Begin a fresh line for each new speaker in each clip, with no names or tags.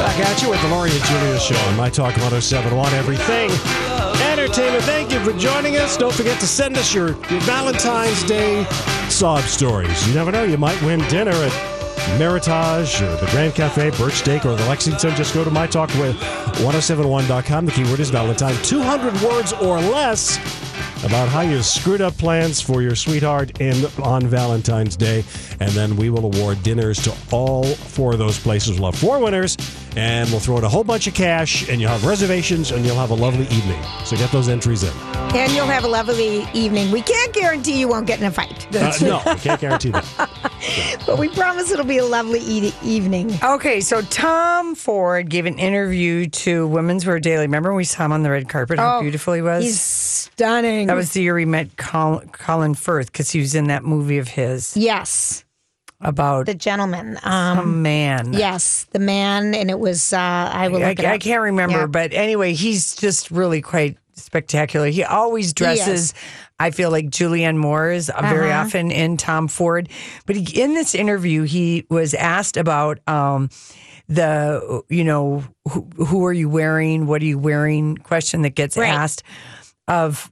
back at you with the Laurie and Julia Show on My Talk 1071 Everything Entertainment. Thank you for joining us. Don't forget to send us your, your Valentine's Day sob stories. You never know, you might win dinner at Meritage or the Grand Cafe, Birch Steak, or the Lexington. Just go to mytalk1071.com. The keyword is Valentine. 200 words or less about how you screwed up plans for your sweetheart in on Valentine's Day, and then we will award dinners to all four of those places. We'll have four winners, and we'll throw in a whole bunch of cash, and you'll have reservations, and you'll have a lovely evening. So get those entries in.
And you'll have a lovely evening. We can't guarantee you won't get in a fight,
Uh, no, I can't guarantee that.
but we promise it'll be a lovely e- evening.
Okay, so Tom Ford gave an interview to Women's Wear Daily. Remember when we saw him on the red carpet? How beautiful he was.
Oh, He's stunning.
that was the year we met Colin, Colin Firth because he was in that movie of his
yes,
about
the gentleman. Um,
a man.
yes, the man, and it was. Uh, I will.
I,
Look it
I
up.
can't remember,
Yeah.
but anyway, he's just really quite spectacular. He always dresses. I feel like Julianne Moore is uh, very
Uh-huh.
often in Tom Ford, but he, in this interview, he was asked about um, the you know who, who are you wearing, what are you wearing question that gets
Right.
asked of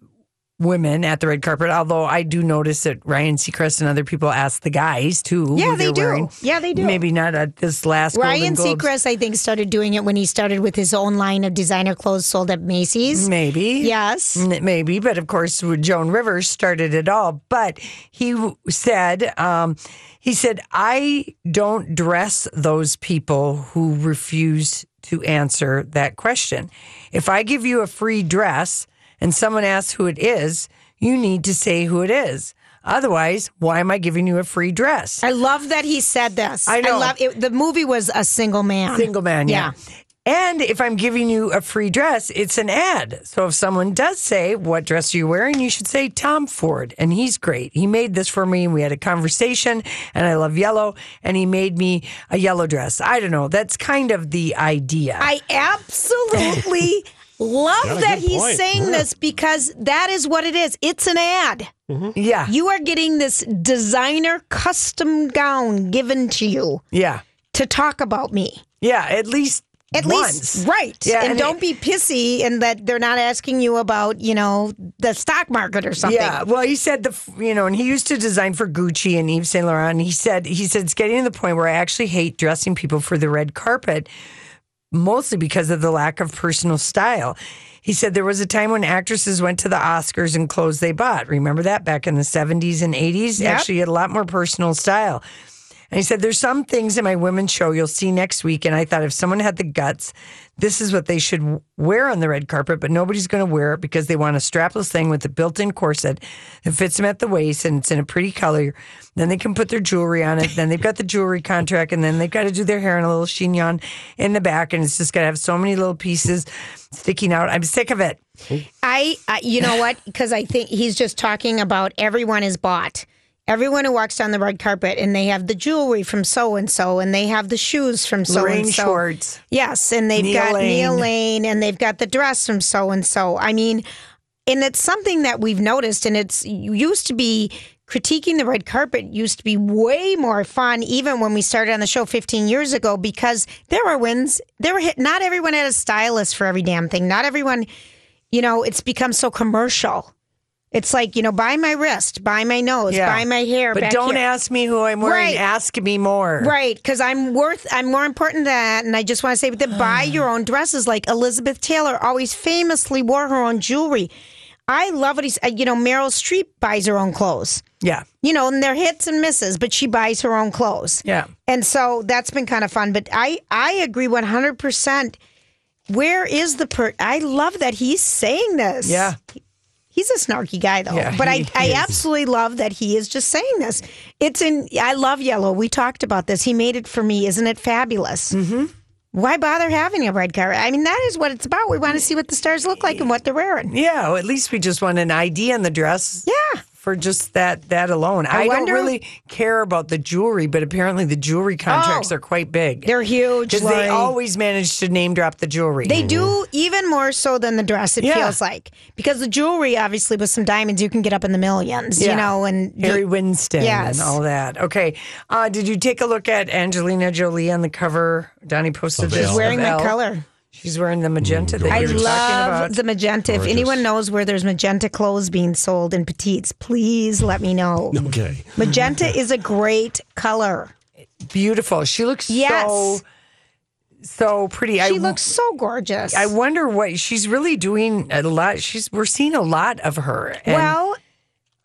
women at the red carpet. Although I do notice that Ryan Seacrest and other people ask the guys too.
Yeah,
who
they
they're
do.
wearing.
Yeah, they do.
Maybe not at this last
Ryan
Golden Globes.
Seacrest, I think, started doing it when he started with his own line of designer clothes sold at Macy's.
Maybe.
Yes.
N- Maybe, but of course, Joan Rivers started it all. But he w- said, um, he said, I don't dress those people who refuse to answer that question. If I give you a free dress and someone asks who it is, you need to say who it is. Otherwise, why am I giving you a free dress?
I love that he said this.
I know.
love it. The movie was a single man.
Single man, yeah. And if I'm giving you a free dress, it's an ad. So if someone does say, What dress are you wearing? you should say, Tom Ford. And he's great. He made this for me. And we had a conversation, and I love yellow. And he made me a yellow dress. I don't know. That's kind of the idea.
I absolutely love
Got a
that
good
he's
point.
saying
Yeah.
this because that is what it is. It's an ad.
yeah.
You are getting this designer custom gown given to you
yeah.
to talk about me.
Yeah. At least
At
once.
least, right.
Yeah,
and,
and
don't
it-
be pissy and that they're not asking you about, you know, the stock market or something.
Yeah, well, he said the f- you know, and he used to design for Gucci and Yves Saint Laurent. And he said he said it's getting to the point where I actually hate dressing people for the red carpet, mostly because of the lack of personal style. He said there was a time when actresses went to the Oscars in clothes they bought. Remember that back in the seventies and eighties?
Yep.
Actually, you had a lot more personal style. And he said, There's some things in my women's show you'll see next week. And I thought if someone had the guts, this is what they should w- wear on the red carpet, but nobody's going to wear it because they want a strapless thing with a built in corset that fits them at the waist and it's in a pretty color. Then they can put their jewelry on it. Then they've got the jewelry contract and then they've got to do their hair in a little chignon in the back. And it's just going to have so many little pieces sticking out. I'm sick of it.
I, uh, you know what? Because I think he's just talking about everyone is bought. Everyone who walks down the red carpet and they have the jewelry from so and so, and they have the shoes from so
Lorraine
and so.
Schwartz.
Yes, and they've
Neil
got Neil
Lane.
Lane, and they've got the dress from so and so. I mean, and it's something that we've noticed, and it's you used to be critiquing the red carpet used to be way more fun even when we started on the show 15 years ago because there were wins there were hit, not everyone had a stylist for every damn thing not everyone you know, it's become so commercial. It's like, you know, buy my wrist, buy my nose, buy my hair.
But
back
don't
here.
ask me who I'm wearing.
Right.
Ask me more.
Right, because I'm worth, I'm more important than that. And I just want to say, but then buy your own dresses. Like Elizabeth Taylor always famously wore her own jewelry. I love what he's, uh, you know, Meryl Streep buys her own clothes,
Yeah.
you know, and they're hits and misses, but she buys her own clothes.
Yeah.
And so that's been kind of fun. But I, I agree 100%. Where is the per? I love that he's saying this.
Yeah.
He's a snarky guy, though.
Yeah,
but I,
he
I
is.
absolutely love that he is just saying this. It's in, I love yellow. We talked about this. He made it for me. Isn't it fabulous? Mm-hmm. Why bother having a red carpet? I mean, that is what it's about. We want to see what the stars look like and what they're wearing.
Yeah, well, at least we just want an ID on the dress.
Yeah.
for just that that alone. I,
wonder-
don't really care about the jewelry, but apparently the jewelry contracts
Oh.
are quite big.
They're huge.
because they
Lori.
always manage to name drop the jewelry.
They do even more so than the dress. It
Mm-hmm. Yeah.
feels like because the jewelry, obviously, with some diamonds, you can get up in the millions. You
Yeah.
know, and the-
Harry Winston
Yes.
and all that. Okay. Uh, did you take a look at Angelina Jolie on the cover? Donnie posted
Of
this.
Elle.
wearing
of
that
Elle.
color.
She's wearing the magenta that
I
you were
love
talking
the
about.
magenta. If anyone knows where there's magenta clothes being sold in petites, please let me know.
Okay.
Magenta is a great color.
Beautiful. She looks
Yes.
so so pretty. I
She looks so gorgeous.
I wonder what she's really doing a lot. She's we're seeing a lot of her. And
well,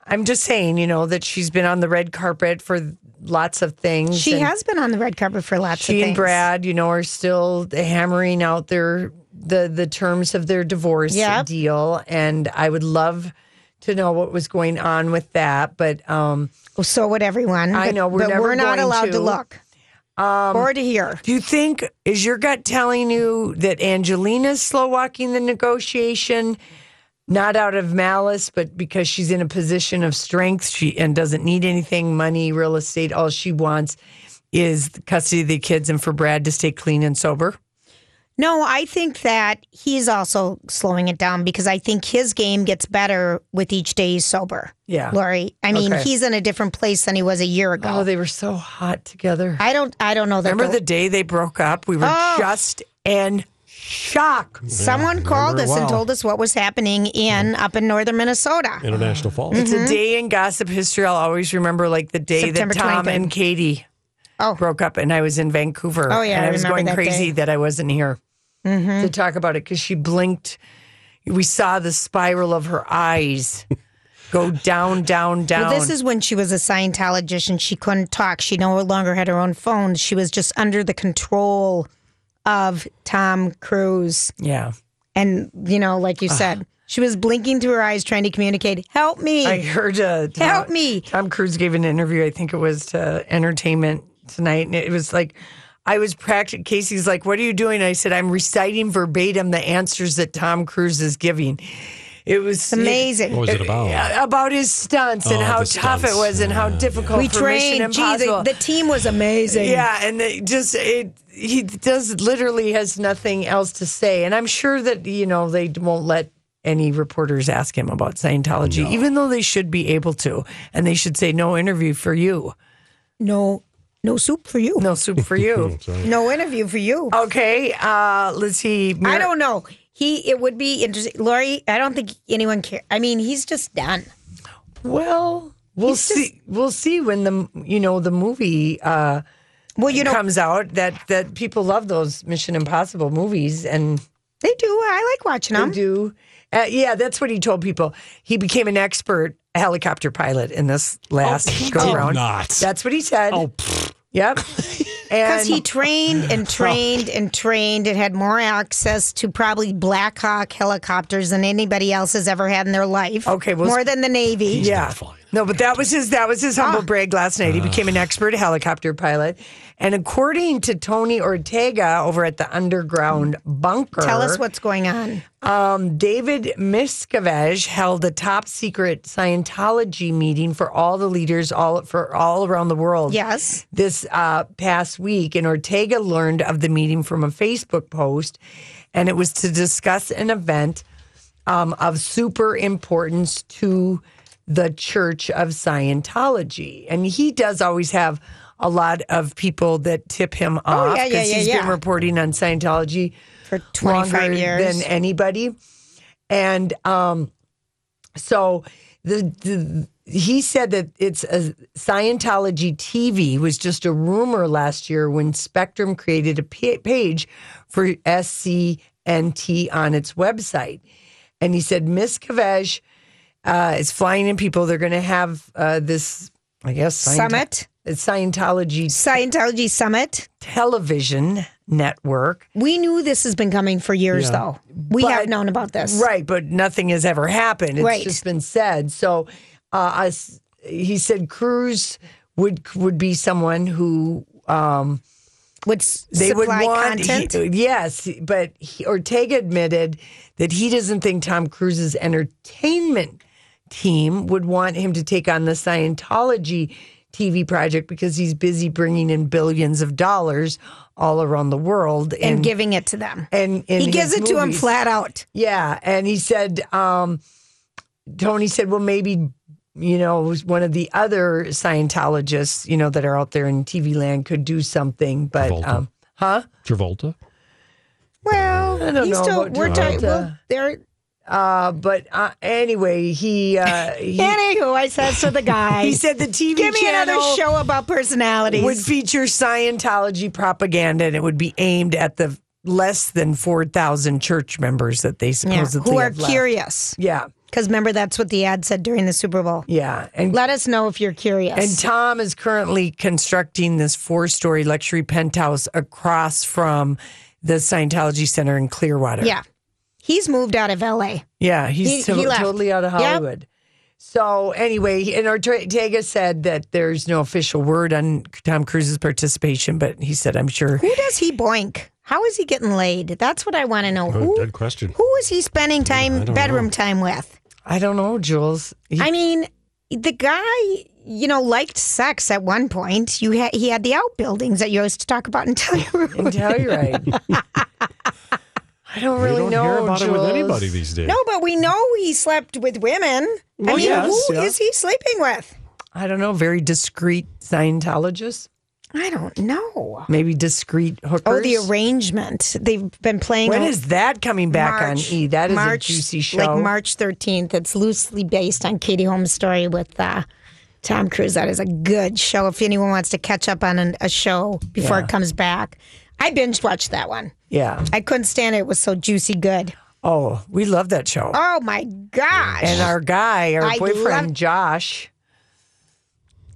I'm just saying, you know, that she's been on the red carpet for lots of things.
she
and
has been on the red carpet for lots of
she
things.
and Brad, you know, are still hammering out their the the terms of their divorce
Yep.
deal. And I would love to know what was going on with that. But um
Well, So would everyone.
I
but-
know, we're
but
never
we're not
going
allowed to,
to. Um,
look or to hear.
do you think is your gut telling you that Angelina's slow walking the negotiation? Not out of malice, but because she's in a position of strength, she and doesn't need anything, money, real estate. All she wants is custody of the kids and for Brad to stay clean and sober.
No, I think that he's also slowing it down because I think his game gets better with each day he's sober.
Yeah.
Lori. I mean,
Okay.
he's in a different place than he was a year ago.
Oh, they were so hot together.
I don't. I don't know that.
Remember the day they broke up? We were
Oh.
just in shock.
someone
remember
called
it
us and
well.
told us what was happening in up in northern Minnesota.
International Falls.
It's a day in gossip history. I'll always remember like the day
September
that Tom
23rd.
and Katie
Oh.
broke up, and I was in Vancouver.
Oh, yeah,
and
I
I, was
remember
going
that
crazy
day. Mm-hmm.
that I wasn't here to talk about it because she blinked. We saw the spiral of her eyes go down, down, down.
Well, this is when she was a Scientologist and she couldn't talk. She no longer had her own phone. She was just under the control of Tom Cruise.
yeah.
And you know, like you said, she was blinking through her eyes, trying to communicate. Help me!
I heard uh, Tom,
Help me.
Tom Cruise gave an interview. I think it was to Entertainment Tonight, and it was like, I was practicing. Casey's like, "What are you doing?" I said, "I'm reciting verbatim the answers that Tom Cruise is giving." It was
Amazing.
What was it about?
Eh, about his stunts and
Oh,
how
the
tough
stunts.
it was and how
Yeah,
difficult
we
for Mission
trained. Gee,
Impossible.
the, the team was amazing.
Yeah, and they just it he does literally has nothing else to say, and I'm sure that you know they won't let any reporters ask him about Scientology, even though they should be able to, and they should say no interview for you,
No, no soup for you.
no soup for you.
No interview for you.
okay, uh, let's see.
Oh, I don't know. He it would be interesting. Lori, I don't think anyone cares. I mean, he's just done.
Well, we'll
He's just-
see. we'll see when the you know the movie. Uh,
Well, you know
comes out that that people love those Mission Impossible movies and
they do. I like watching them.
they do. Uh, yeah, that's what he told people. He became an expert helicopter pilot in this
Oh,
last
he
go
did
around.
not.
That's what he said.
Oh, pfft.
Yep.
Because
And
he trained and trained and trained and had more access to probably Black Hawk helicopters than anybody else has ever had in their life.
Okay, well-
more than the Navy.
yeah.
not flying.
No, but that was his that was his
Ah.
humble brag last night. He became an expert helicopter pilot. And according to Tony Ortega over at the underground bunker.
Mm-hmm. Tell us what's going on.
Um, David Miscavige held a top secret Scientology meeting for all the leaders all for all around the world.
Yes.
This uh, past week, and Ortega learned of the meeting from a Facebook post, and it was to discuss an event um, of super importance to the Church of Scientology. And he does always have a lot of people that tip him off
Oh, yeah,
because
yeah, yeah,
he's
yeah.
been reporting on Scientology
For 25
longer
years.
than anybody. And um, so the, the he said that it's a Scientology TV was just a rumor last year when Spectrum created a pa- page for SCNT on its website, and he said Miss Kavesh uh, is flying in people. They're going to have uh, this, I guess, Scient-
Summit.
Scientology
Scientology Summit.
television network.
We knew this has been coming for years,
Yeah.
though. We
But-
have known about this.
Right, but nothing has ever happened. It's
Right.
just been said. So, uh, us, he said Cruz would would be someone who um,
Would s-
they would
supply
want.
content.
he- yes, but he, Ortega admitted that he doesn't think Tom Cruise's entertainment team would want him to take on the Scientology TV project because he's busy bringing in billions of dollars all around the world
and giving it to them.
and, and
he gives it to him flat out.
Yeah, and he said, um, Tony said, well, maybe you know one of the other Scientologists, you know, that are out there in TV land could do something, but
Travolta.
um, huh?
Travolta.
Well,
I don't
he's
know
still,
about
we're
Travolta.
tight. Well, there.
Uh, but uh, anyway, he uh, he,
Anywho, I says to the guy,
he said the TV
"Give me
channel
another show about personalities."
would feature Scientology propaganda, and it would be aimed at the less than four thousand church members that they
Yeah,
supposedly
who are
have left.
curious?
Yeah,
Because remember, that's what the ad said during the Super Bowl.
yeah, and
Let us know if you're curious.
And Tom is currently constructing this four story luxury penthouse across from the Scientology Center in Clearwater.
yeah, he's moved out of L.A.
Yeah. He's
He-
to-
he left.
totally out of
Yep.
Hollywood. So, anyway, and Ortega said that there's no official word on Tom Cruise's participation, but he said, I'm sure.
Who does he boink? How is he getting laid? That's what I want to know.
Oh,
Who
Good Oh, question.
who is he spending time
don't
bedroom
know.
time with?
I don't know, Jules. He-
I mean, the guy, you know, liked sex at one point. You ha- he had the outbuildings that you used to talk about in Telluride.
in Telluride. I don't
We
really
don't
know.
hear about it
Jules.
with anybody these days.
No, but we know he slept with women. I
Well,
mean,
yes,
who is
yeah.
he sleeping with?
I don't know. Very discreet Scientologists,
I don't know.
maybe discreet hookers.
Oh, the arrangement. They've been playing.
When
a-
is that coming back
March-
on E? That is
March,
a juicy show.
Like March 13th. It's loosely based on Katie Holmes' story with uh, Tom Cruise. That is a good show. If anyone wants to catch up on an, a show before it comes back, I binge watched that one.
yeah.
I couldn't stand it. It was so juicy good.
Oh, we love that show.
Oh my gosh.
and our guy, our
I
boyfriend
love-
Josh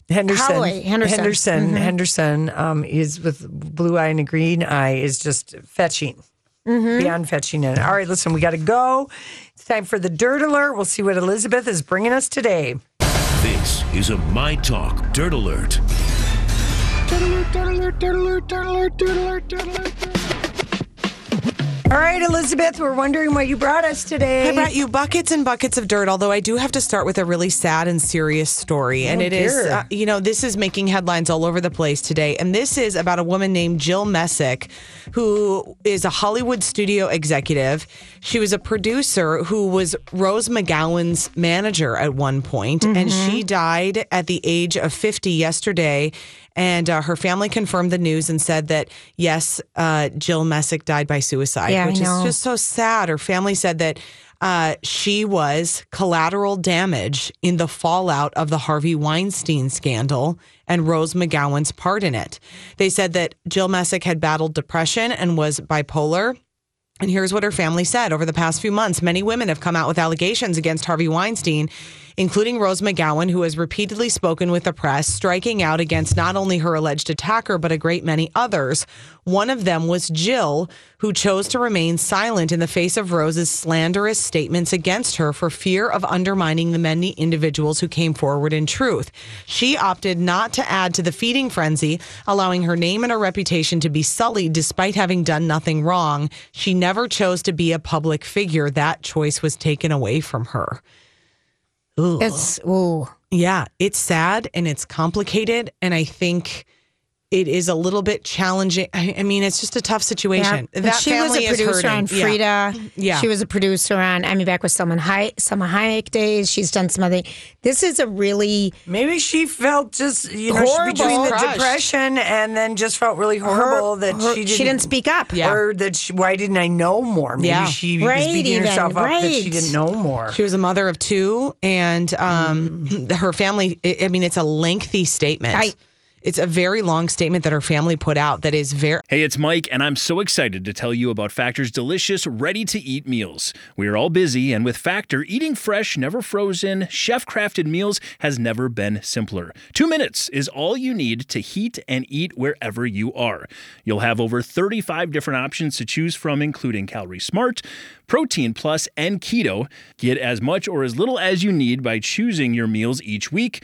Henderson,
Holloway, Henderson. Mm-hmm.
Henderson, Henderson, um, is with blue eye and a green eye is just fetching.
Mm-hmm.
Beyond fetching it. All right, listen, we got to go. It's time for the dirt alert. We'll see what Elizabeth is bringing us today.
This is a My Talk Dirt Alert.
All right, Elizabeth, we're wondering what you brought us today.
I brought you buckets and buckets of dirt, although I do have to start with a really sad and serious story. And it is,
dear.
uh, you know, this is making headlines all over the place today. And this is about a woman named Jill Messick, who is a Hollywood studio executive. She was a producer who was Rose McGowan's manager at one point, and she died at the age of 50 yesterday. And uh, her family confirmed the news and said that, yes, uh, Jill Messick died by suicide,
Yeah, I
which
know.
is just so sad. Her family said that uh, she was collateral damage in the fallout of the Harvey Weinstein scandal and Rose McGowan's part in it. They said that Jill Messick had battled depression and was bipolar. And here's what her family said over the past few months. Many women have come out with allegations against Harvey Weinstein, including Rose McGowan, who has repeatedly spoken with the press, striking out against not only her alleged attacker, but a great many others. One of them was Jill, who chose to remain silent in the face of Rose's slanderous statements against her for fear of undermining the many individuals who came forward in truth. She opted not to add to the feeding frenzy, allowing her name and her reputation to be sullied despite having done nothing wrong. She never chose to be a public figure. That choice was taken away from her.
It's, ooh.
Yeah, it's sad and it's complicated. And I think it is a little bit challenging. I, I mean, it's just a tough situation.
Yeah.
That
she was
family
a
is
producer on
hurting. Yeah.
Frida.
Yeah.
She was a producer on I'm back with Selma Hayek, Selma Hayek days. She's done some other. This is a really
Maybe she felt just, you know,
Horrible.
between the
Crushed.
depression and then just felt really horrible that
her-
she didn't.
she didn't speak up.
Yeah.
Or that she, why didn't I know more? Maybe
Yeah.
she
Right,
was beating
even,
herself up that she
right.
didn't know more.
She was a mother of two, and um, her family. I I mean, it's a lengthy statement.
I-
it's a very long statement that her family put out. That is very.
Hey, it's Mike, and I'm so excited to tell you about Factor's delicious, ready to eat meals. We are all busy, and with Factor, eating fresh, never frozen, chef crafted meals has never been simpler. Two minutes is all you need to heat and eat wherever you are. You'll have over 35 different options to choose from, including Calorie Smart, Protein Plus, and Keto. Get as much or as little as you need by choosing your meals each week.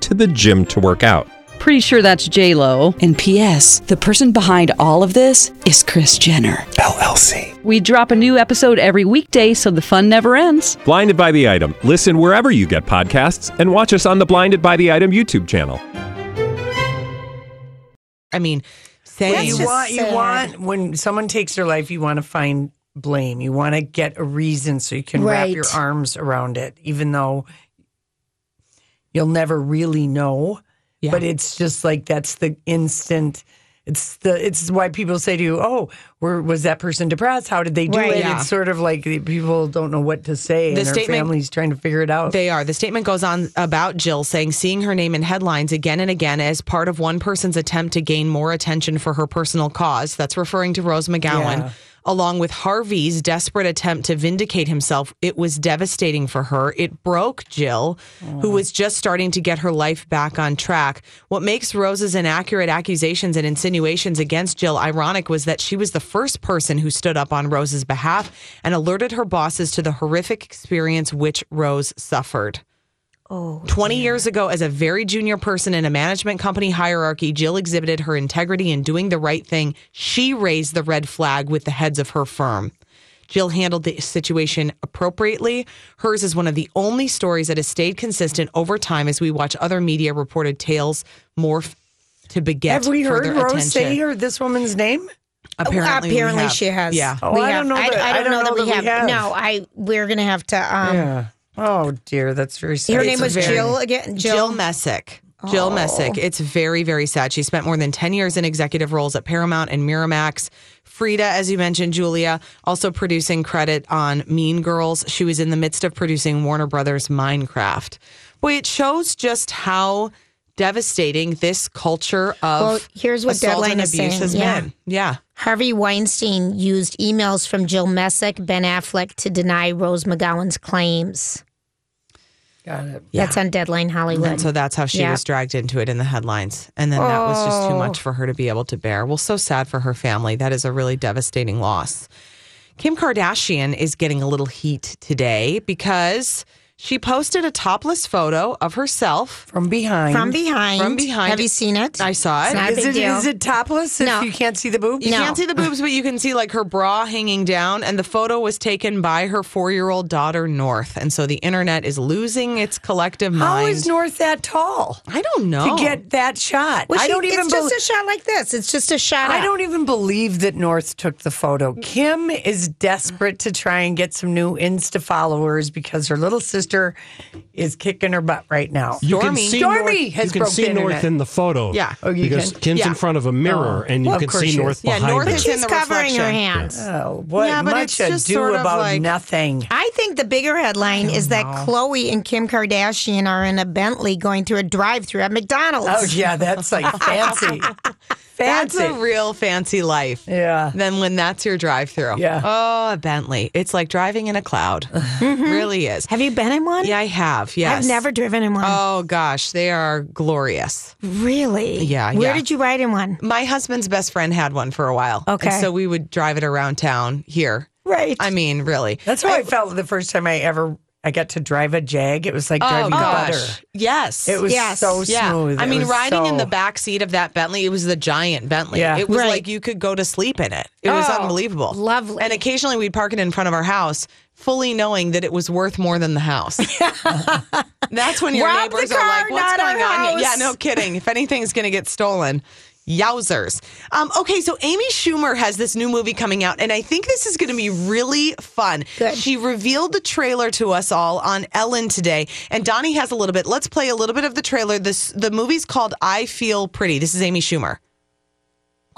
to the gym to work out.
Pretty sure that's J Lo.
And P.S. The person behind all of this is Chris Jenner
LLC.
We drop a new episode every weekday, so the fun never ends.
Blinded by the item. Listen wherever you get podcasts, and watch us on the Blinded by the Item YouTube channel.
I mean, say
That's
you
just
you want you
sad.
want when someone takes their life, you want to find blame. You want to get a reason so you can wrap
Right.
your arms around it, even though you'll never really know.
Yeah.
But it's just like that's the instant. It's the it's why people say to you, "Oh, were, was that person depressed? How did they do
Right.
it?"
Yeah.
It's sort of like the people don't know what to say,
The
and their
statement-
families trying to figure it out.
They are. The statement goes on about Jill saying seeing her name in headlines again and again as part of one person's attempt to gain more attention for her personal cause. That's referring to Rose McGowan.
Yeah.
Along with Harvey's desperate attempt to vindicate himself, it was devastating for her. It broke Jill, who was just starting to get her life back on track. What makes Rose's inaccurate accusations and insinuations against Jill ironic was that she was the first person who stood up on Rose's behalf and alerted her bosses to the horrific experience which Rose suffered. 20 years ago, as a very junior person in a management company hierarchy, Jill exhibited her integrity in doing the right thing. She raised the red flag with the heads of her firm. Jill handled the situation appropriately. Hers is one of the only stories that has stayed consistent over time as we watch other media reported tales morph to beget
Have we heard
further
Rose
attention.
say her Oh, this woman's name?
Apparently, we
Uh, Apparently
have.
she has.
Yeah.
Oh,
we
I
have.
don't know
I,
that-
I don't know, that, we, have.
have.
No, I. We're gonna have to. Um,
Yeah. Oh dear, that's very sad.
Her name
It's a
was
very-
Jill again.
Jill
Jill. Oh.
Messick. Jill Messick. It's very, very sad. She spent more than 10 years in executive roles at Paramount and Miramax. Frida, as you mentioned, Julia, also producing credit on Mean Girls. She was in the midst of producing Warner Brothers Minecraft. Boy, it shows just how devastating this culture of
Well, here's what
assault
Deadline
and
is
abuse
saying.
has
Yeah.
been. Yeah.
Harvey Weinstein used emails from Jill Messick, Ben Affleck to deny Rose McGowan's claims.
Got it.
That's on Deadline Hollywood.
And so that's how she
Yeah.
was dragged into it in the headlines. And then that was just too
Oh.
much for her to be able to bear. Well, so sad for her family. That is a really devastating loss. Kim Kardashian is getting a little heat today because she posted a topless photo of herself.
from behind.
from behind.
From behind.
Have you seen it?
I saw it.
It's not a
Is
big
it,
deal.
is it topless if
No.
you can't see the boobs?
You
No.
can't see the boobs, but you can see like her bra hanging down. And the photo was taken by her four year old daughter, North. And so the internet is losing its collective mind.
How is North that tall
I don't know.
to get that shot?
Well,
I
she-
don't
it's
even
just
believe.
a shot like this. It's just a shot.
I
up.
don't even believe that North took the photo. Kim is desperate to try and get some new Insta followers because her little sister is kicking her butt right now.
You can
Stormy.
see
Stormy
North,
has
you can
broke
see
the
North
internet.
in the photo.
Yeah.
Oh, you
because
can- Oh.
Kim's
yeah.
in front of a mirror, and you
Well, of
can
course
see
she
North
is.
Yeah,
behind
North
her.
is
She's
in the
covering her
reflection.
hands.
Oh, what
Yeah, but
much
it's just
ado
sort of
about
like-
nothing.
I think the bigger headline is that Chloe and Kim Kardashian are in a Bentley going through a drive-through at McDonald's.
Oh yeah, that's like fancy,
That's
fancy.
a real fancy life.
yeah.
than when that's your drive through.
Yeah. Mm-hmm.
Oh, a Bentley. It's like driving in a cloud. Really is.
Have you been in one?
Yeah, I have. Yes.
I've never driven in one.
Oh gosh, they are glorious.
really?
Yeah,
Where
yeah.
did you ride in one?
My husband's best friend had one for a while. and
Okay.
so we would drive it around town here.
Right.
I mean, really.
That's how I, felt the first time I ever I got to drive a jag. It was like
Oh
driving
gosh.
butter.
Yes.
It was
Yes.
so
yeah.
smooth.
I
It
mean,
was
riding in
so-
the back seat of that Bentley, it was the giant Bentley.
Yeah.
It was
Right.
like you could go to sleep in it. It was
Oh,
unbelievable.
lovely.
And occasionally we'd park it in front of our house, fully knowing that it was worth more than the house. That's when your
Rob the
neighbors are
car,
like, what's
not our
going on? here?" Yeah,
house.
no kidding. If anything's going to get stolen, Yowzers. Um, okay, so Amy Schumer has this new movie coming out, and I think this is going to be really fun. She revealed the trailer to us all on Ellen today, and Donnie has a little bit. Let's play a little bit of the trailer. This the movie's called I Feel Pretty. This is Amy Schumer.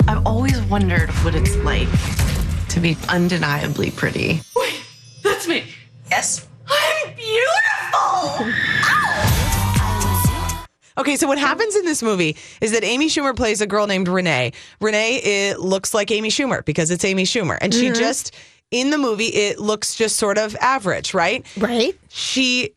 I've always wondered what it's like to be undeniably pretty. Wait, that's me. Yes. I'm beautiful.
Okay, so what happens in this movie is that Amy Schumer plays a girl named Renee. Renee it looks like Amy Schumer because it's Amy Schumer, and she
Mm-hmm.
just in the movie it looks just sort of average, right?
Right?
She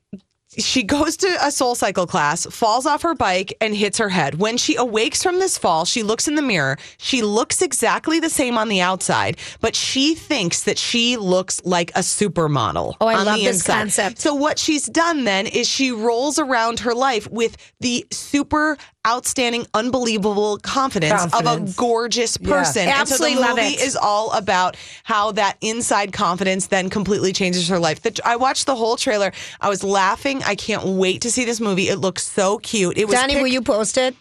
she goes to a soul cycle class, falls off her bike and hits her head. When she awakes from this fall, she looks in the mirror. She looks exactly the same on the outside, but she thinks that she looks like a supermodel.
Oh, I
on
love
the
this
inside.
concept.
So what she's done then is she rolls around her life with the super outstanding, unbelievable confidence, of a
Confidence.
gorgeous person. And
Absolutely
so the
love
movie
it.
is all about how that inside confidence then completely changes her life. The, I watched the whole trailer. I was laughing. I can't wait to see this movie. It looks so cute. It was
Donnie,
pic-
will you post it?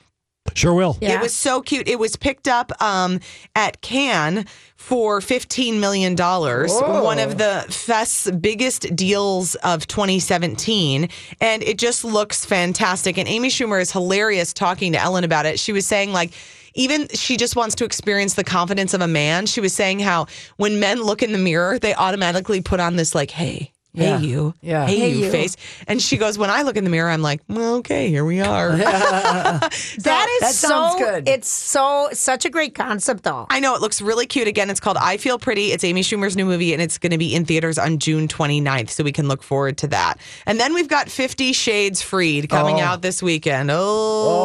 Sure will.
Yeah.
it was so cute. It was picked up um, at Cannes for $15 million, one of the fest's biggest deals of 2017. And it just looks fantastic. And Amy Schumer is hilarious talking to Ellen about it. She was saying, like, even she just wants to experience the confidence of a man. She was saying how when men look in the mirror, they automatically put on this, like, hey, Hey
Yeah.
you,
Yeah.
hey,
Hey,
you,
you.
face, and she goes. When I look in the mirror, I'm like, well, okay, here we are.
That is
That sounds
so
good.
It's so such a great concept though.
I know it looks really cute. Again, it's called I Feel Pretty. It's Amy Schumer's new movie, and it's going to be in theaters on June 29th, so we can look forward to that. And then we've got Fifty Shades Freed coming out this weekend. Oh,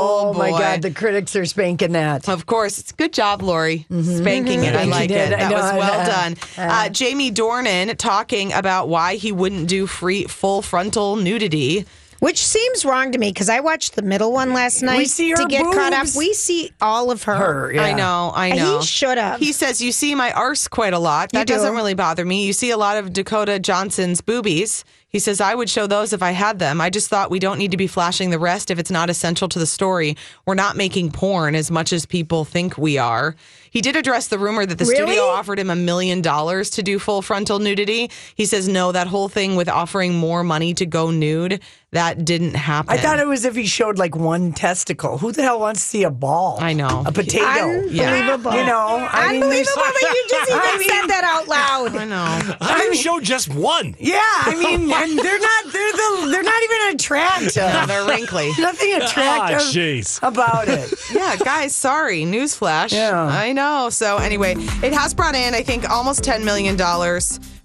Oh, my
boy.
God, the critics are spanking that.
Of course, it's good job, Lori. Spanking it,
Mm-hmm.
I
You
like it.
did. I
That
know,
was
I
well
know.
done. Uh, Jamie Dornan talking about why he wouldn't do free full frontal nudity.
Which seems wrong to me because I watched the middle one last night
see her
to get caught up.
boobs.
We see all of her.
Her, yeah.
I know, I
He
know.
should've.
He says, "You see my arse quite a lot. That
do.
doesn't really bother me. You see a lot of Dakota Johnson's boobies." He says, "I would show those if I had them. I just thought we don't need to be flashing the rest if it's not essential to the story. We're not making porn as much as people think we are." He did address the rumor that the
Really?
studio offered him a million dollars to do full frontal nudity. He says, "No, that whole thing with offering more money to go nude, that didn't happen."
I thought it was if he showed like one testicle. Who the hell wants to see a ball?
I know.
A potato.
Unbelievable.
You know, I mean,
Unbelievable
there's-
that you just even
I mean-
said that out loud.
I know.
I show just one.
Yeah, I mean, and they're not they're the, they're not even attractive.
No, they're wrinkly.
Nothing attractive
jeez.
about it.
yeah, guys, sorry. Newsflash.
Yeah.
I know. So, anyway, it has brought in, I think, almost $10 million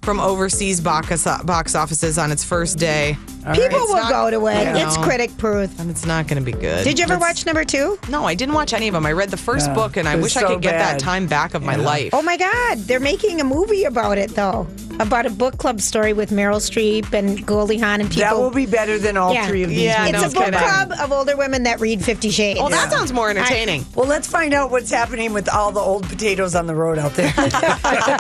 from overseas box, box offices on its first day.
People will
not-
go to it.
Yeah.
It's critic proof.
And it's not going to be good.
Did you ever
It's-
watch number two?
No, I didn't watch any of them. I read the first book and I
it was
wish I
so
could get that
bad.
time back of my life.
Oh my God, they're making a movie about it though, about a book club story with Meryl Streep and Goldie Hawn and people.
That will be better than all
Yeah.
three of these.
Yeah,
movies
it's
no,
a book
kidding.
combined.
club of older women that read Fifty Shades.
Well, that sounds more entertaining.
Well, let's find out what's happening with all the old potatoes on the road out there.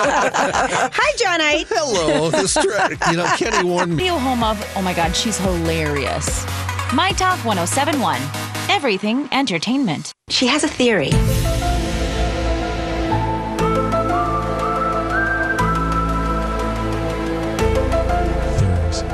Hi, Johnite.
Hello, this tra- you know Kenny warned me.
Video home of, oh my God, she's hilarious. My Talk 1071. Everything entertainment. She has a theory.
There's-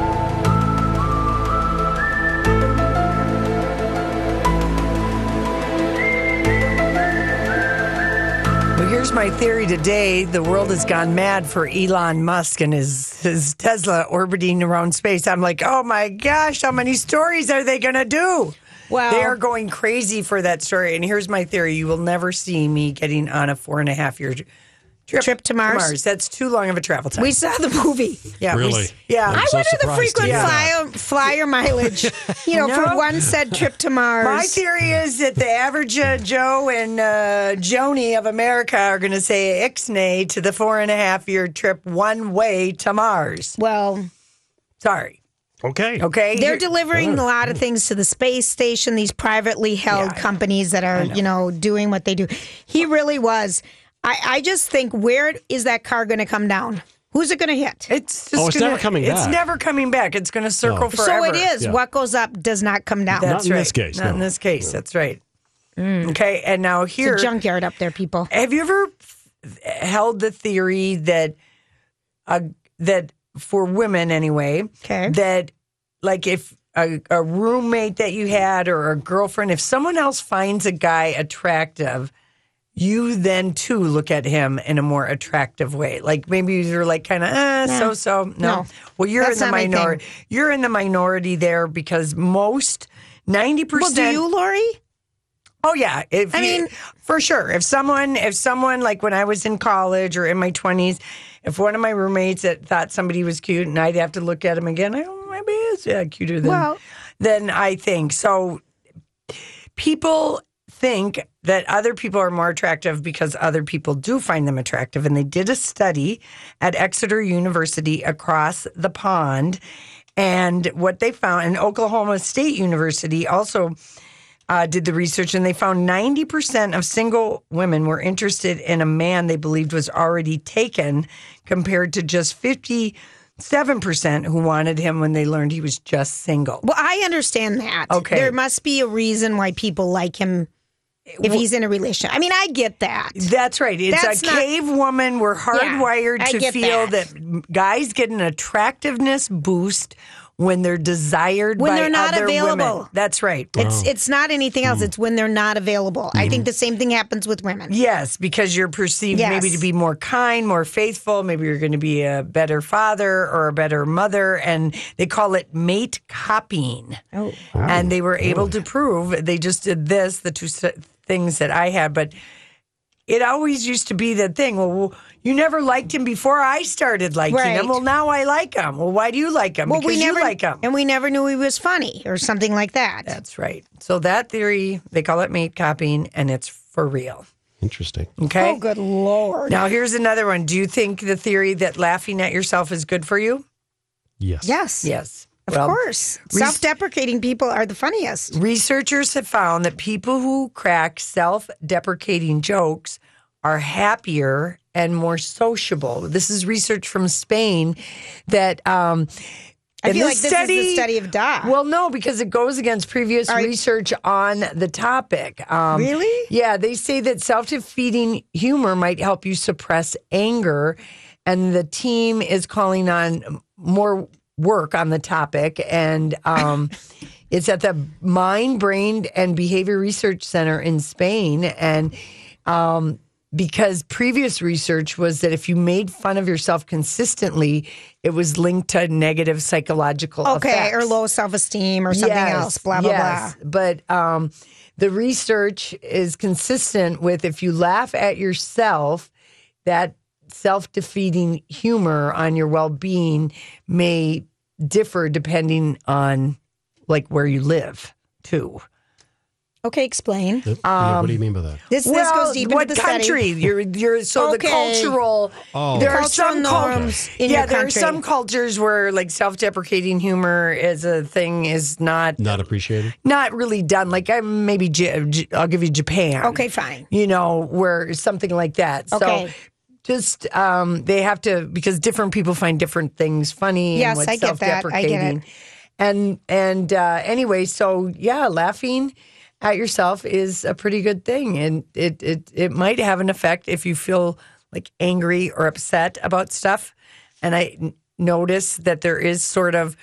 Well, here's my theory today. The world has gone mad for Elon Musk and his, his Tesla orbiting around space. I'm like, oh my gosh, how many stories are they going to do?
Well-
they are going crazy for that story. And here's my theory you will never see me getting on a four and a half year trip,
Trip to Mars?
That's too long of a travel time.
We saw the movie.
yeah, we-
Really?
yeah.
I'm
I
so
wonder the
surprised to
frequent
hear
flyer, flyer mileage, you know, for
No.
one said trip to Mars.
My theory is that the average uh, Joe and uh, Joni of America are going to say ixnay to the four and a half year trip one way to Mars.
well,
Sorry.
Okay.
Okay.
they're
Here-
delivering a lot of things to the space station, these privately held companies that are, you know, doing what they do. He really was. I, I just think, where is that car going to come down? Who's it going to hit?
It's just
Oh, it's
gonna-
never coming
It's
back.
never coming back. It's going to circle
So
forever.
it is.
Yeah.
What goes up does not come down.
Not
That's
in
right.
this case,
Not in
no.
this case. That's right. Okay. And now here,
Mm. it's a junkyard up there, people.
have you ever held the theory that uh, that for women anyway that like if a, a roommate that you had or a girlfriend if someone else finds a guy attractive you then too look at him in a more attractive way like maybe you're like kind of eh,
Nah.
so so no.
No.
well you're
That's
in the
not my thing.
minority you're in the minority there because most 90%
Well, do you, Lori?
Oh yeah, if
I
you-
mean-
for sure. If someone, if someone like when I was in college or in my twenties, if one of my roommates that thought somebody was cute, and I'd have to look at him again, I oh, maybe it's yeah cuter than
Well-
than I think. So people think that other people are more attractive because other people do find them attractive, and they did a study at Exeter University across the pond, and what they found, and Oklahoma State University also uh, did the research and they found 90% of single women were interested in a man they believed was already taken compared to just 57% who wanted him when they learned he was just single.
Well, I understand that.
Okay.
There must be a reason why people like him if he's in a relationship. I mean, I get that.
That's right. It's
That's
a
not-
cave woman. We're hardwired
Yeah, I
to
get
feel
that.
that. guys get an attractiveness boost when they're desired
When
by
they're not
other
available.
women. That's right.
It's it's not anything else. It's when they're not available. I think the same thing happens with women.
Yes, because you're perceived
Yes.
maybe to be more kind, more faithful. Maybe you're going to be a better father or a better mother. And they call it mate copying.
Oh.
And they were able to prove, they just did this, the two s- things that I had. But it always used to be that thing. Well, you never liked him before I started liking
Right.
him. Well, now I like him. Well, why do you like him?
Well,
because
we never
you like him.
and we never knew he was funny or something like that.
That's right. So that theory, they call it mate copying, and it's for real.
Interesting.
Okay.
Oh, good lord!
Now, here's another one. Do you think the theory that laughing at yourself is good for you?
Yes.
Yes,
Yes.
of
Well,
course. Self-deprecating people are the funniest.
Researchers have found that people who crack self deprecating jokes are happier and more sociable. This is research from Spain that. Um,
I
in
feel like this is the study of Da.
Well, no, because it goes against previous
right.
research on the topic. Um,
Really?
Yeah, they say that self defeating humor might help you suppress anger. And the team is calling on more work on the topic. And um, it's at the Mind, Brain, and Behavior Research Center in Spain. And um, because previous research was that if you made fun of yourself consistently, it was linked to negative psychological
Okay, or
effects
low self-esteem or something else. Blah blah blah.
but um, the research is consistent with if you laugh at yourself, that self defeating humor on your well being may differ depending on like where you live too.
Okay, explain.
That- yeah, what do you mean by that?
This this goes deep
what
into the
country?
study.
You're, you're so
Okay.
the cultural.
Oh.
There are
Cultural
some cul-
norms in
yeah,
your
there are
country.
some cultures where like self-deprecating humor as a thing is not
Not appreciated.
not really done. Like I maybe J- J- I'll give you Japan.
Okay, fine.
You know, where something like that.
Okay.
So just um, they have to because different people find different things funny.
Yes,
and what's
I get that. I get it.
self-deprecating. And and uh, anyway, so yeah, laughing at yourself is a pretty good thing, and it it it might have an effect if you feel like angry or upset about stuff. And I n- notice that there is sort of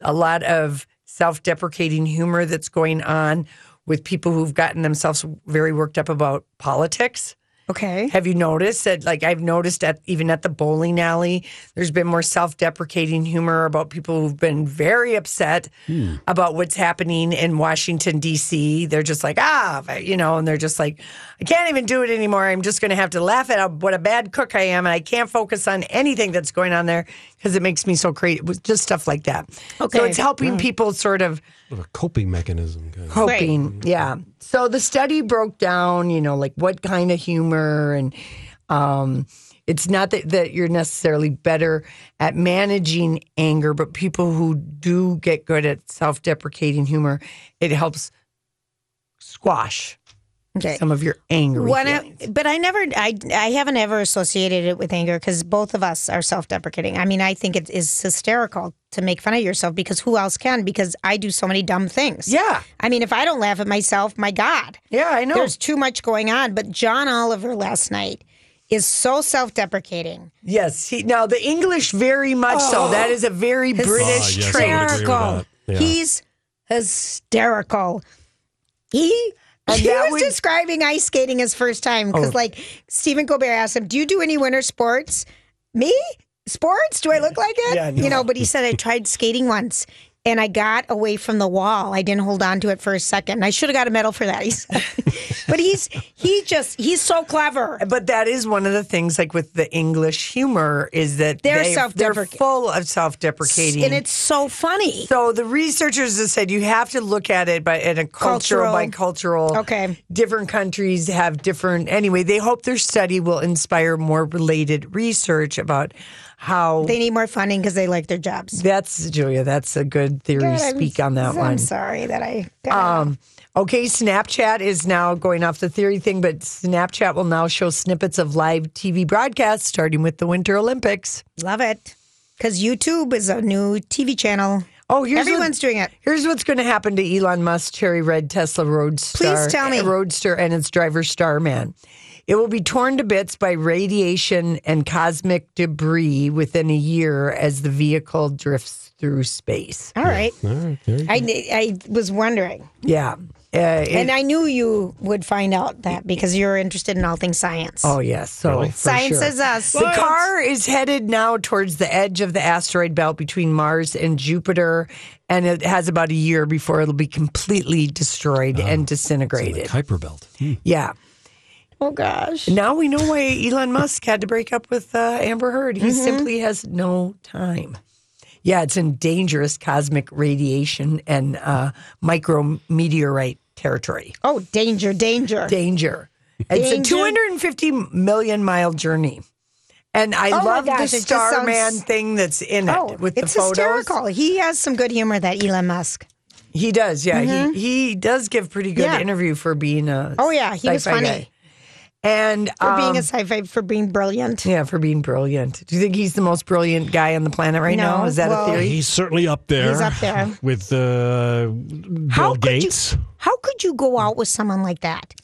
a lot of self deprecating humor that's going on with people who've gotten themselves very worked up about politics.
Okay.
Have you noticed that? Like, I've noticed at even at the bowling alley, there's been more self deprecating humor about people who've been very upset about what's happening in Washington, D.C. They're just like, ah, you know, and they're just like, I can't even do it anymore. I'm just going to have to laugh at how- what a bad cook I am. And I can't focus on anything that's going on there because it makes me so crazy. Just stuff like that. So
Okay. Mm.
it's helping people sort of
Sort of a coping mechanism. Kind of.
coping. Yeah. So the study broke down, you know, like what kind of humor and um it's not that, that you're necessarily better at managing anger, but people who do get good at self deprecating humor, it helps squash
Okay.
Some of your angry.
When
feelings.
I, but I never, I, I haven't ever associated it with anger because both of us are self deprecating. I mean, I think it is hysterical to make fun of yourself because who else can? Because I do so many dumb things.
Yeah.
I mean, if I don't laugh at myself, my God.
Yeah, I know.
There's too much going on. But John Oliver last night is so self deprecating.
Yes. He, now the English very much so.
Oh.
That is a very British
Ah, yes, I
trait.
would agree with that. Yeah.
He's hysterical. He
And
he
that
was
would-
describing ice skating his first time because,
Oh.
like, Stephen Colbert asked him, "Do you do any winter sports?" Me, sports? Do I look like it?
Yeah, no.
You know, but he said I tried skating once. And I got away from the wall. I didn't hold on to it for a second. I should have got a medal for that. He said. but he's he just he's so clever.
But that is one of the things, like with the English humor, is that
They're
they, they're
self-deprecating.
full of self-deprecating.
And it's so funny.
so the researchers have said you have to look at it by in a cultural,
Cultural.
by cultural.
Okay.
Different countries have different. Anyway, they hope their study will inspire more related research about how.
They need more funding because they like their jobs.
that's Julia. That's a good theory.
God, I'm-
speak on that
I'm
one.
sorry that I
Um, okay, Snapchat is now going off the theory thing, but Snapchat will now show snippets of live TV broadcasts starting with the Winter Olympics.
Love it. Because YouTube is a new TV channel.
Oh, here's what-
Everyone's doing it.
Here's what's going to happen to Elon Musk's cherry red Tesla Roadster. uh,
Please tell me.
Roadster and its driver Starman. It will be torn to bits by radiation and cosmic debris within a year as the vehicle drifts through space.
All right.
All right, there you go.
I, I was wondering.
Yeah. Uh, it-
and I knew you would find out that because you're interested in all things science.
oh, yes. So for
science
sure.
is us.
The car is headed now towards the edge of the asteroid belt between Mars and Jupiter, and it has about a year before it'll be completely destroyed and disintegrated.
Hyperbelt. Hmm.
yeah.
Oh, gosh.
Now we know why Elon Musk had to break up with uh, Amber Heard.
Mm-hmm.
He simply has no time. Yeah, it's in dangerous cosmic radiation and uh, micrometeorite territory.
Oh, danger, danger.
Danger. It's a
Danger.
250 million mile journey. And I
Oh my
love
gosh,
the
it just sounds-
Starman thing that's in it
oh,
with
it's
the photos.
hysterical. He has some good humor, that Elon Musk.
He does, yeah. He he does give pretty good
Mm-hmm. Yeah.
interview for being a
Oh, yeah. He was
sci-fi
funny.
guy. and
For
um,
being a sci fi, for being brilliant.
Yeah, for being brilliant. Do you think he's the most brilliant guy on the planet right
No,
now? Is that
well-
a theory?
He's certainly up there.
He's up there.
With uh, Bill
How could you-
Gates.
How could you go out with someone like that?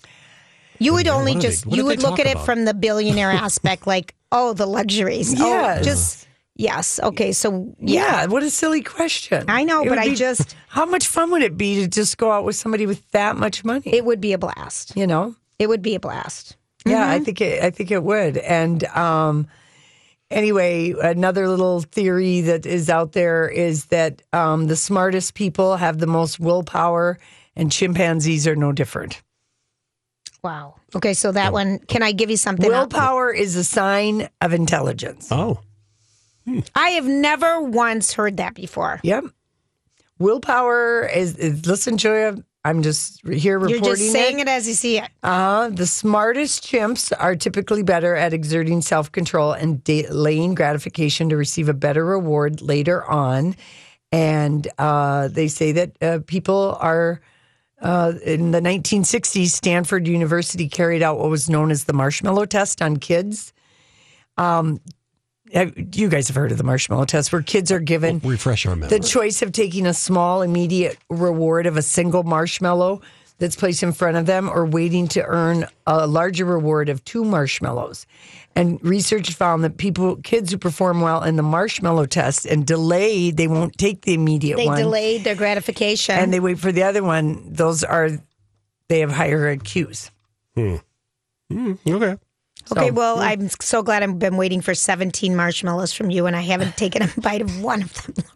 You would only
what do they-
just
what
you
did they
would look
talk
at it
about?
from the billionaire aspect, like oh the luxuries,
Yes.
oh just yes, okay, so yeah,
Yeah, what a silly question.
I know,
It
but
would
I
be-
just-
How much fun would it be to just go out with somebody with that much money?
it would be a blast.
you know?
It would be a blast.
Yeah,
Mm-hmm.
I think it, I think it would. And um, anyway, another little theory that is out there is that um, the smartest people have the most willpower, and chimpanzees are no different.
Wow. Okay, so that one, can I give you something? else?
willpower is a sign of intelligence.
Oh.
I have never once heard that before.
Yep. Willpower is, is listen, Julia. I'm just here reporting.
You're just saying it. as you see it.
Uh, the smartest chimps are typically better at exerting self control and delaying gratification to receive a better reward later on. And uh, they say that uh, people are. Uh, in the 1960s, Stanford University carried out what was known as the marshmallow test on kids. Um, have- you guys have heard of the marshmallow test, where kids are given
Refresh our memory.
the choice of taking a small, immediate reward of a single marshmallow that's placed in front of them or waiting to earn a larger reward of two marshmallows. And research found that people, kids who perform well in the marshmallow test and delay, they won't take the immediate
They
one.
delayed their gratification.
And they wait for the other one. Those are, they have higher IQs.
okay.
okay,
So-
well, I'm so glad I've been waiting for 17 marshmallows from you, and I haven't taken a bite of one of them.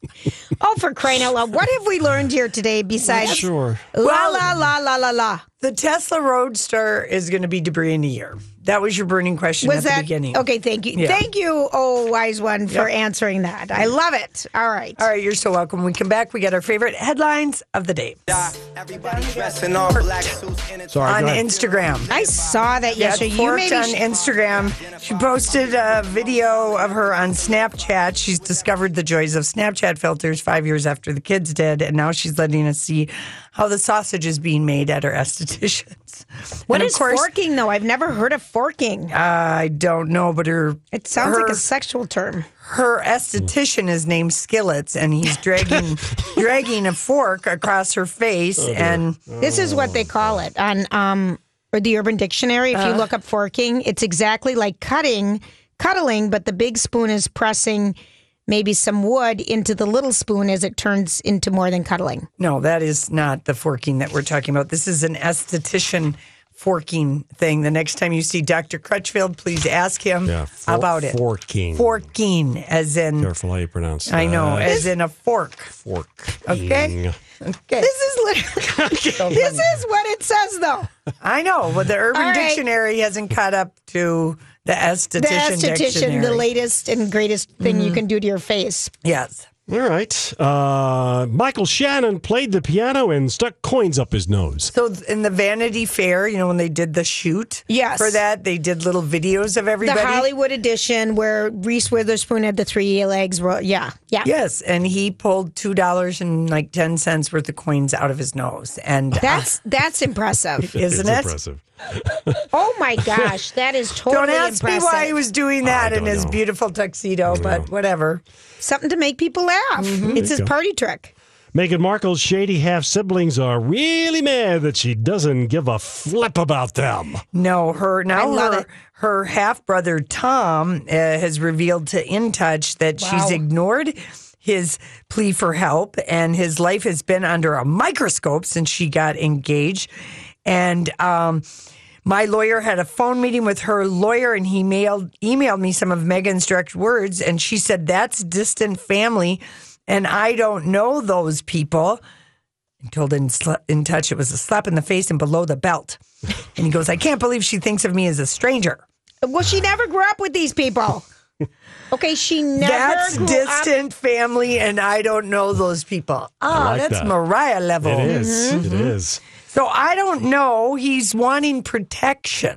Lori. oh, for crying out loud! What have we learned here today besides
Sure.
la la la la la la?
The Tesla Roadster is going to be debris in a year. That was your burning question
Was
at
that
the beginning.
okay? Thank you,
Yeah.
thank you, oh wise one, for answering that. I love it. All right,
All right, you're so welcome. When we come back, we got our favorite headlines of the day.
Sorry.
on
go ahead.
Instagram.
I saw that
Yeah,
yesterday. you
Forked
maybe
on
sh-
Instagram. She posted a video of her on Snapchat. She's discovered the joys of Snapchat filters five years after the kids did, and now she's letting us see how the sausage is being made at our estheticians.
What
And of
is
course-
forking though? I've never heard of forking.
I don't know, but her.
It sounds like
her-
a sexual term.
her esthetician is named Skillets, and he's dragging dragging a fork across her face.
Oh,
and
This is what they call it on um or the Urban Dictionary. If you
Uh.
look up forking, it's exactly like cutting, cuddling, but the big spoon is pressing maybe some wood into the little spoon as it turns into more than cuddling.
no, that is not the forking that we're talking about. This is an esthetician forking thing. The next time you see Dr. Crutchfield, please ask him
Yeah, for-
about it.
forking.
Forking, as in
Careful how you pronounce that.
I know, as in a fork.
fork.
Okay. Okay.
This is literally this is what it says though.
I know, but the Urban
All right.
Dictionary hasn't caught up to the esthetician,
The esthetician,
dictionary. Mm-hmm.
the latest and greatest thing you can do to your face.
yes.
All right. Uh, Michael Shannon played the piano and stuck coins up his nose.
So th- in the Vanity Fair, you know, when they did the shoot
Yes.
for that, they did little videos of everybody.
The Hollywood edition where Reese Witherspoon had the three legs. ro- Yeah, yeah.
Yes, and he pulled two dollars and like ten cents worth of coins out of his nose, and
That's that's impressive.
uh, isn't
it's
it?
impressive.
Oh my gosh, that is totally
Don't ask
impressive.
me why he was doing that
I
in
don't
his
know.
beautiful tuxedo, but whatever.
something to make people laugh.
Mm-hmm.
There you
It's his
go.
party trick.
Meghan Markle's shady half siblings are really mad that she doesn't give a flip about them.
No, her now
love
her
it.
her half brother Tom uh, has revealed to In Touch that she's ignored his plea for help, and his life has been under a microscope since she got engaged. And um, my lawyer had a phone meeting with her lawyer, and he mailed emailed me some of Megan's direct words, and she said that's distant family, and I don't know those people. And told in, sla- in touch it was a slap in the face and below the belt. And he goes, I can't believe she thinks of me as a stranger.
Well, she never grew up with these people. Okay, she never
that's
grew up.
distant family, and I don't know those people. Oh,
like
that's
that.
Mariah level.
It is. Oh. Mm-hmm. It is.
So I don't know. He's wanting protection.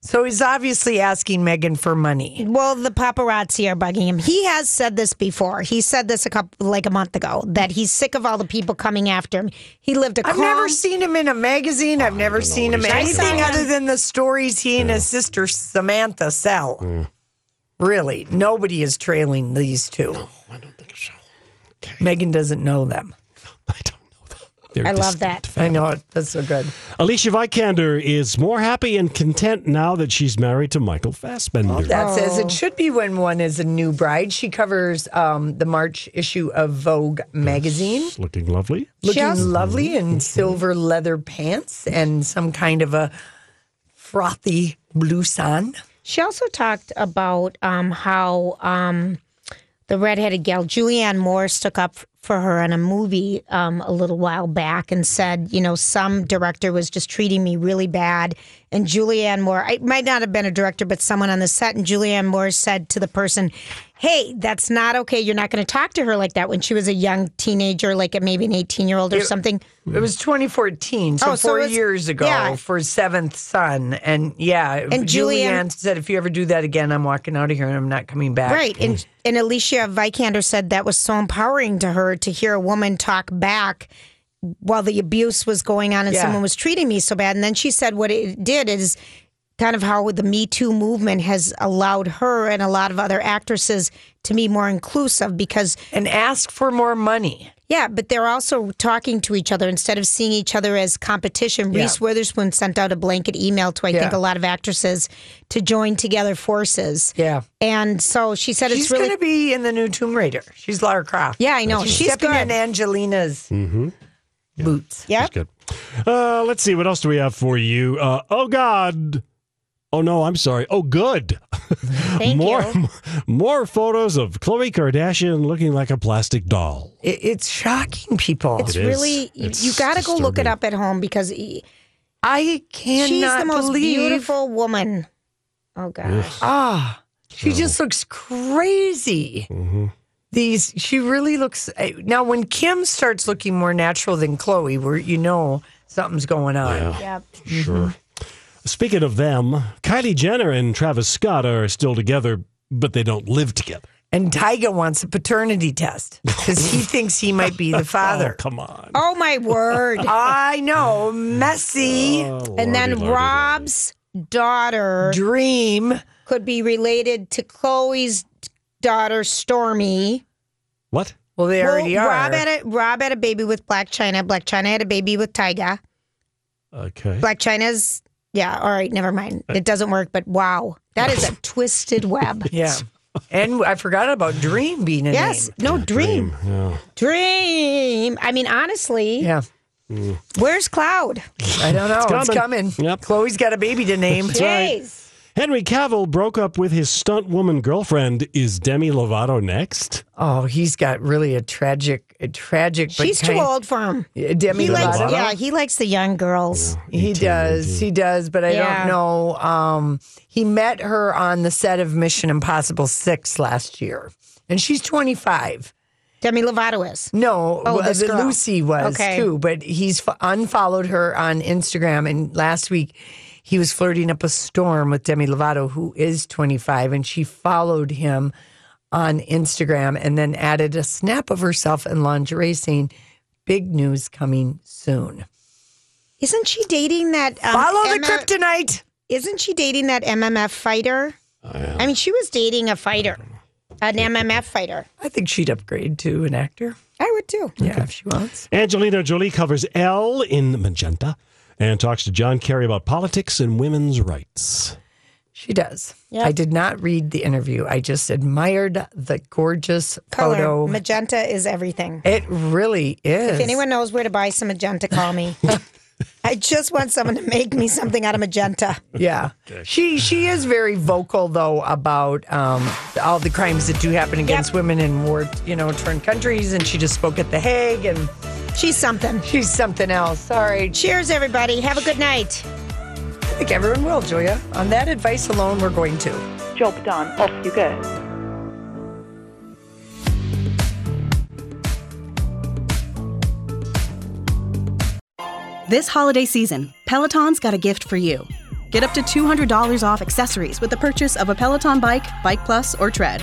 So he's obviously asking Megan for money.
Well, the paparazzi are bugging him. He has said this before. He said this a couple, like a month ago, that he's sick of all the people coming after him. He lived a
I've
calm-
never seen him in a magazine. I've never seen him
what he's
talking
anything
about.
other than the stories he and his sister Samantha sell. Really, nobody is trailing these two.
I don't think so.
Megan doesn't know them.
I don't know. That. They're
I love
distinct.
that.
I know it. That's so good.
Alicia Vikander is more happy and content now that she's married to Michael Fassbender.
That says
Oh.
it should be when one is a new bride. She covers um, the March issue of Vogue magazine,
It's looking lovely.
looking
also-
lovely in silver leather pants and some kind of a frothy blouson.
She also talked about um, how um, the redheaded gal Julianne Moore stuck up f- for her in a movie um, a little while back and said, you know, some director was just treating me really bad. And Julianne Moore, it might not have been a director, but someone on the set, and Julianne Moore said to the person, "Hey, that's not okay. You're not going to talk to her like that." When she was a young teenager, like a- maybe an 18 year old or something.
It was 2014,
Oh,
so four
so it's-
years ago
yeah.
for Seventh Son. And yeah,
And Julianne-
Julianne said, if you ever do that again, I'm walking out of here and I'm not coming back.
Right. And and Alicia Vikander said that was so empowering to her to hear a woman talk back while the abuse was going on and
Yeah.
someone was treating me so bad. And then she said what it did is kind of how the Me Too movement has allowed her and a lot of other actresses to be more inclusive because
And ask for more money.
yeah, but they're also talking to each other instead of seeing each other as competition.
Yeah.
Reese Witherspoon sent out a blanket email to I think
Yeah.
a lot of actresses to join together forces.
Yeah.
And so she said
She's
it's really
going to be in the new Tomb Raider. She's Lara Croft.
Yeah, I know.
She's
She's
stepping
good.
in Angelina's boots.
Yep.
Good. Uh, let's see. What else do we have for you? Uh, oh, God. Oh, no, I'm sorry. Oh, good.
Thank
more,
you.
more photos of Khloe Kardashian looking like a plastic doll.
It, it's shocking people.
It's
It is.
really you-
It's
you got to go look it
disturbing.
up at home because e-
I cannot
she's the most
believe.
beautiful woman. Oh gosh.
Ah, she just looks crazy. These, she really looks. eh, Now, when Kim starts looking more natural than Chloe, where you know something's going on.
Yep.
Sure. Speaking of them, Kylie Jenner and Travis Scott are still together, but they don't live together.
And Tyga wants a paternity test because he thinks he might be the father.
come on.
Oh my word.
I know. Messy.
Oh.
and then Rob's daughter
Dream
could be related to Chloe's daughter Stormy.
What?
Well, they
Well,
already are.
Rob had a Rob had a baby with Black China. Black China had a baby with Tyga.
Okay.
Black China's yeah, all right, never mind. It doesn't work, but wow. That is a twisted web.
yeah. And I forgot about Dream being a
Yes.
name.
No dream.
Yeah.
Dream. I mean, honestly,
Yeah.
where's Cloud?
I don't know. It's
coming.
coming.
Yep.
Chloe's got a baby to name.
Jeez.
Henry Cavill broke up with his stunt woman girlfriend. Is Demi Lovato next?
Oh, he's got really a tragic, a tragic. But
She's too
kind-
old for him.
Demi
He likes,
Lovato.
yeah, he likes the young girls.
He does. He does, but I
Yeah.
don't know. Um, he met her on the set of Mission Impossible 6 last year, and she's 25.
Demi Lovato is.
No,
Oh,
well,
this
the
girl.
Lucy was
Okay.
too, but he's f- unfollowed her on Instagram. And last week, he was flirting up a storm with Demi Lovato, who is 25, and she followed him on Instagram and then added a snap of herself in lingerie saying, Big news coming soon.
Isn't she dating that? Um,
Follow the
Emma-
kryptonite.
Isn't she dating that MMF fighter?
Oh,
I mean, she was dating a fighter, an MMF fighter.
I think she'd upgrade to an actor.
I would too.
Yeah, if she wants.
Angelina Jolie covers L in Magenta and talks to John Kerry about politics and women's rights.
She does.
Yeah.
I did not read the interview. I just admired the gorgeous
Color
photo.
magenta is everything.
It really is.
If anyone knows where to buy some magenta, call me. I just want someone to make me something out of magenta.
Yeah. She she is very vocal though about um, all the crimes that do happen against women in war, you know, torn countries and she just spoke at The Hague and
She's something.
she's something else. Sorry.
Cheers, everybody. Have a good night.
I think everyone will, Julia. On that advice alone we're going to.
Job done. Off you go.
This holiday season, Peloton's got a gift for you. Get up to $200 off accessories with the purchase of a Peloton bike, Bike Plus, or Tread.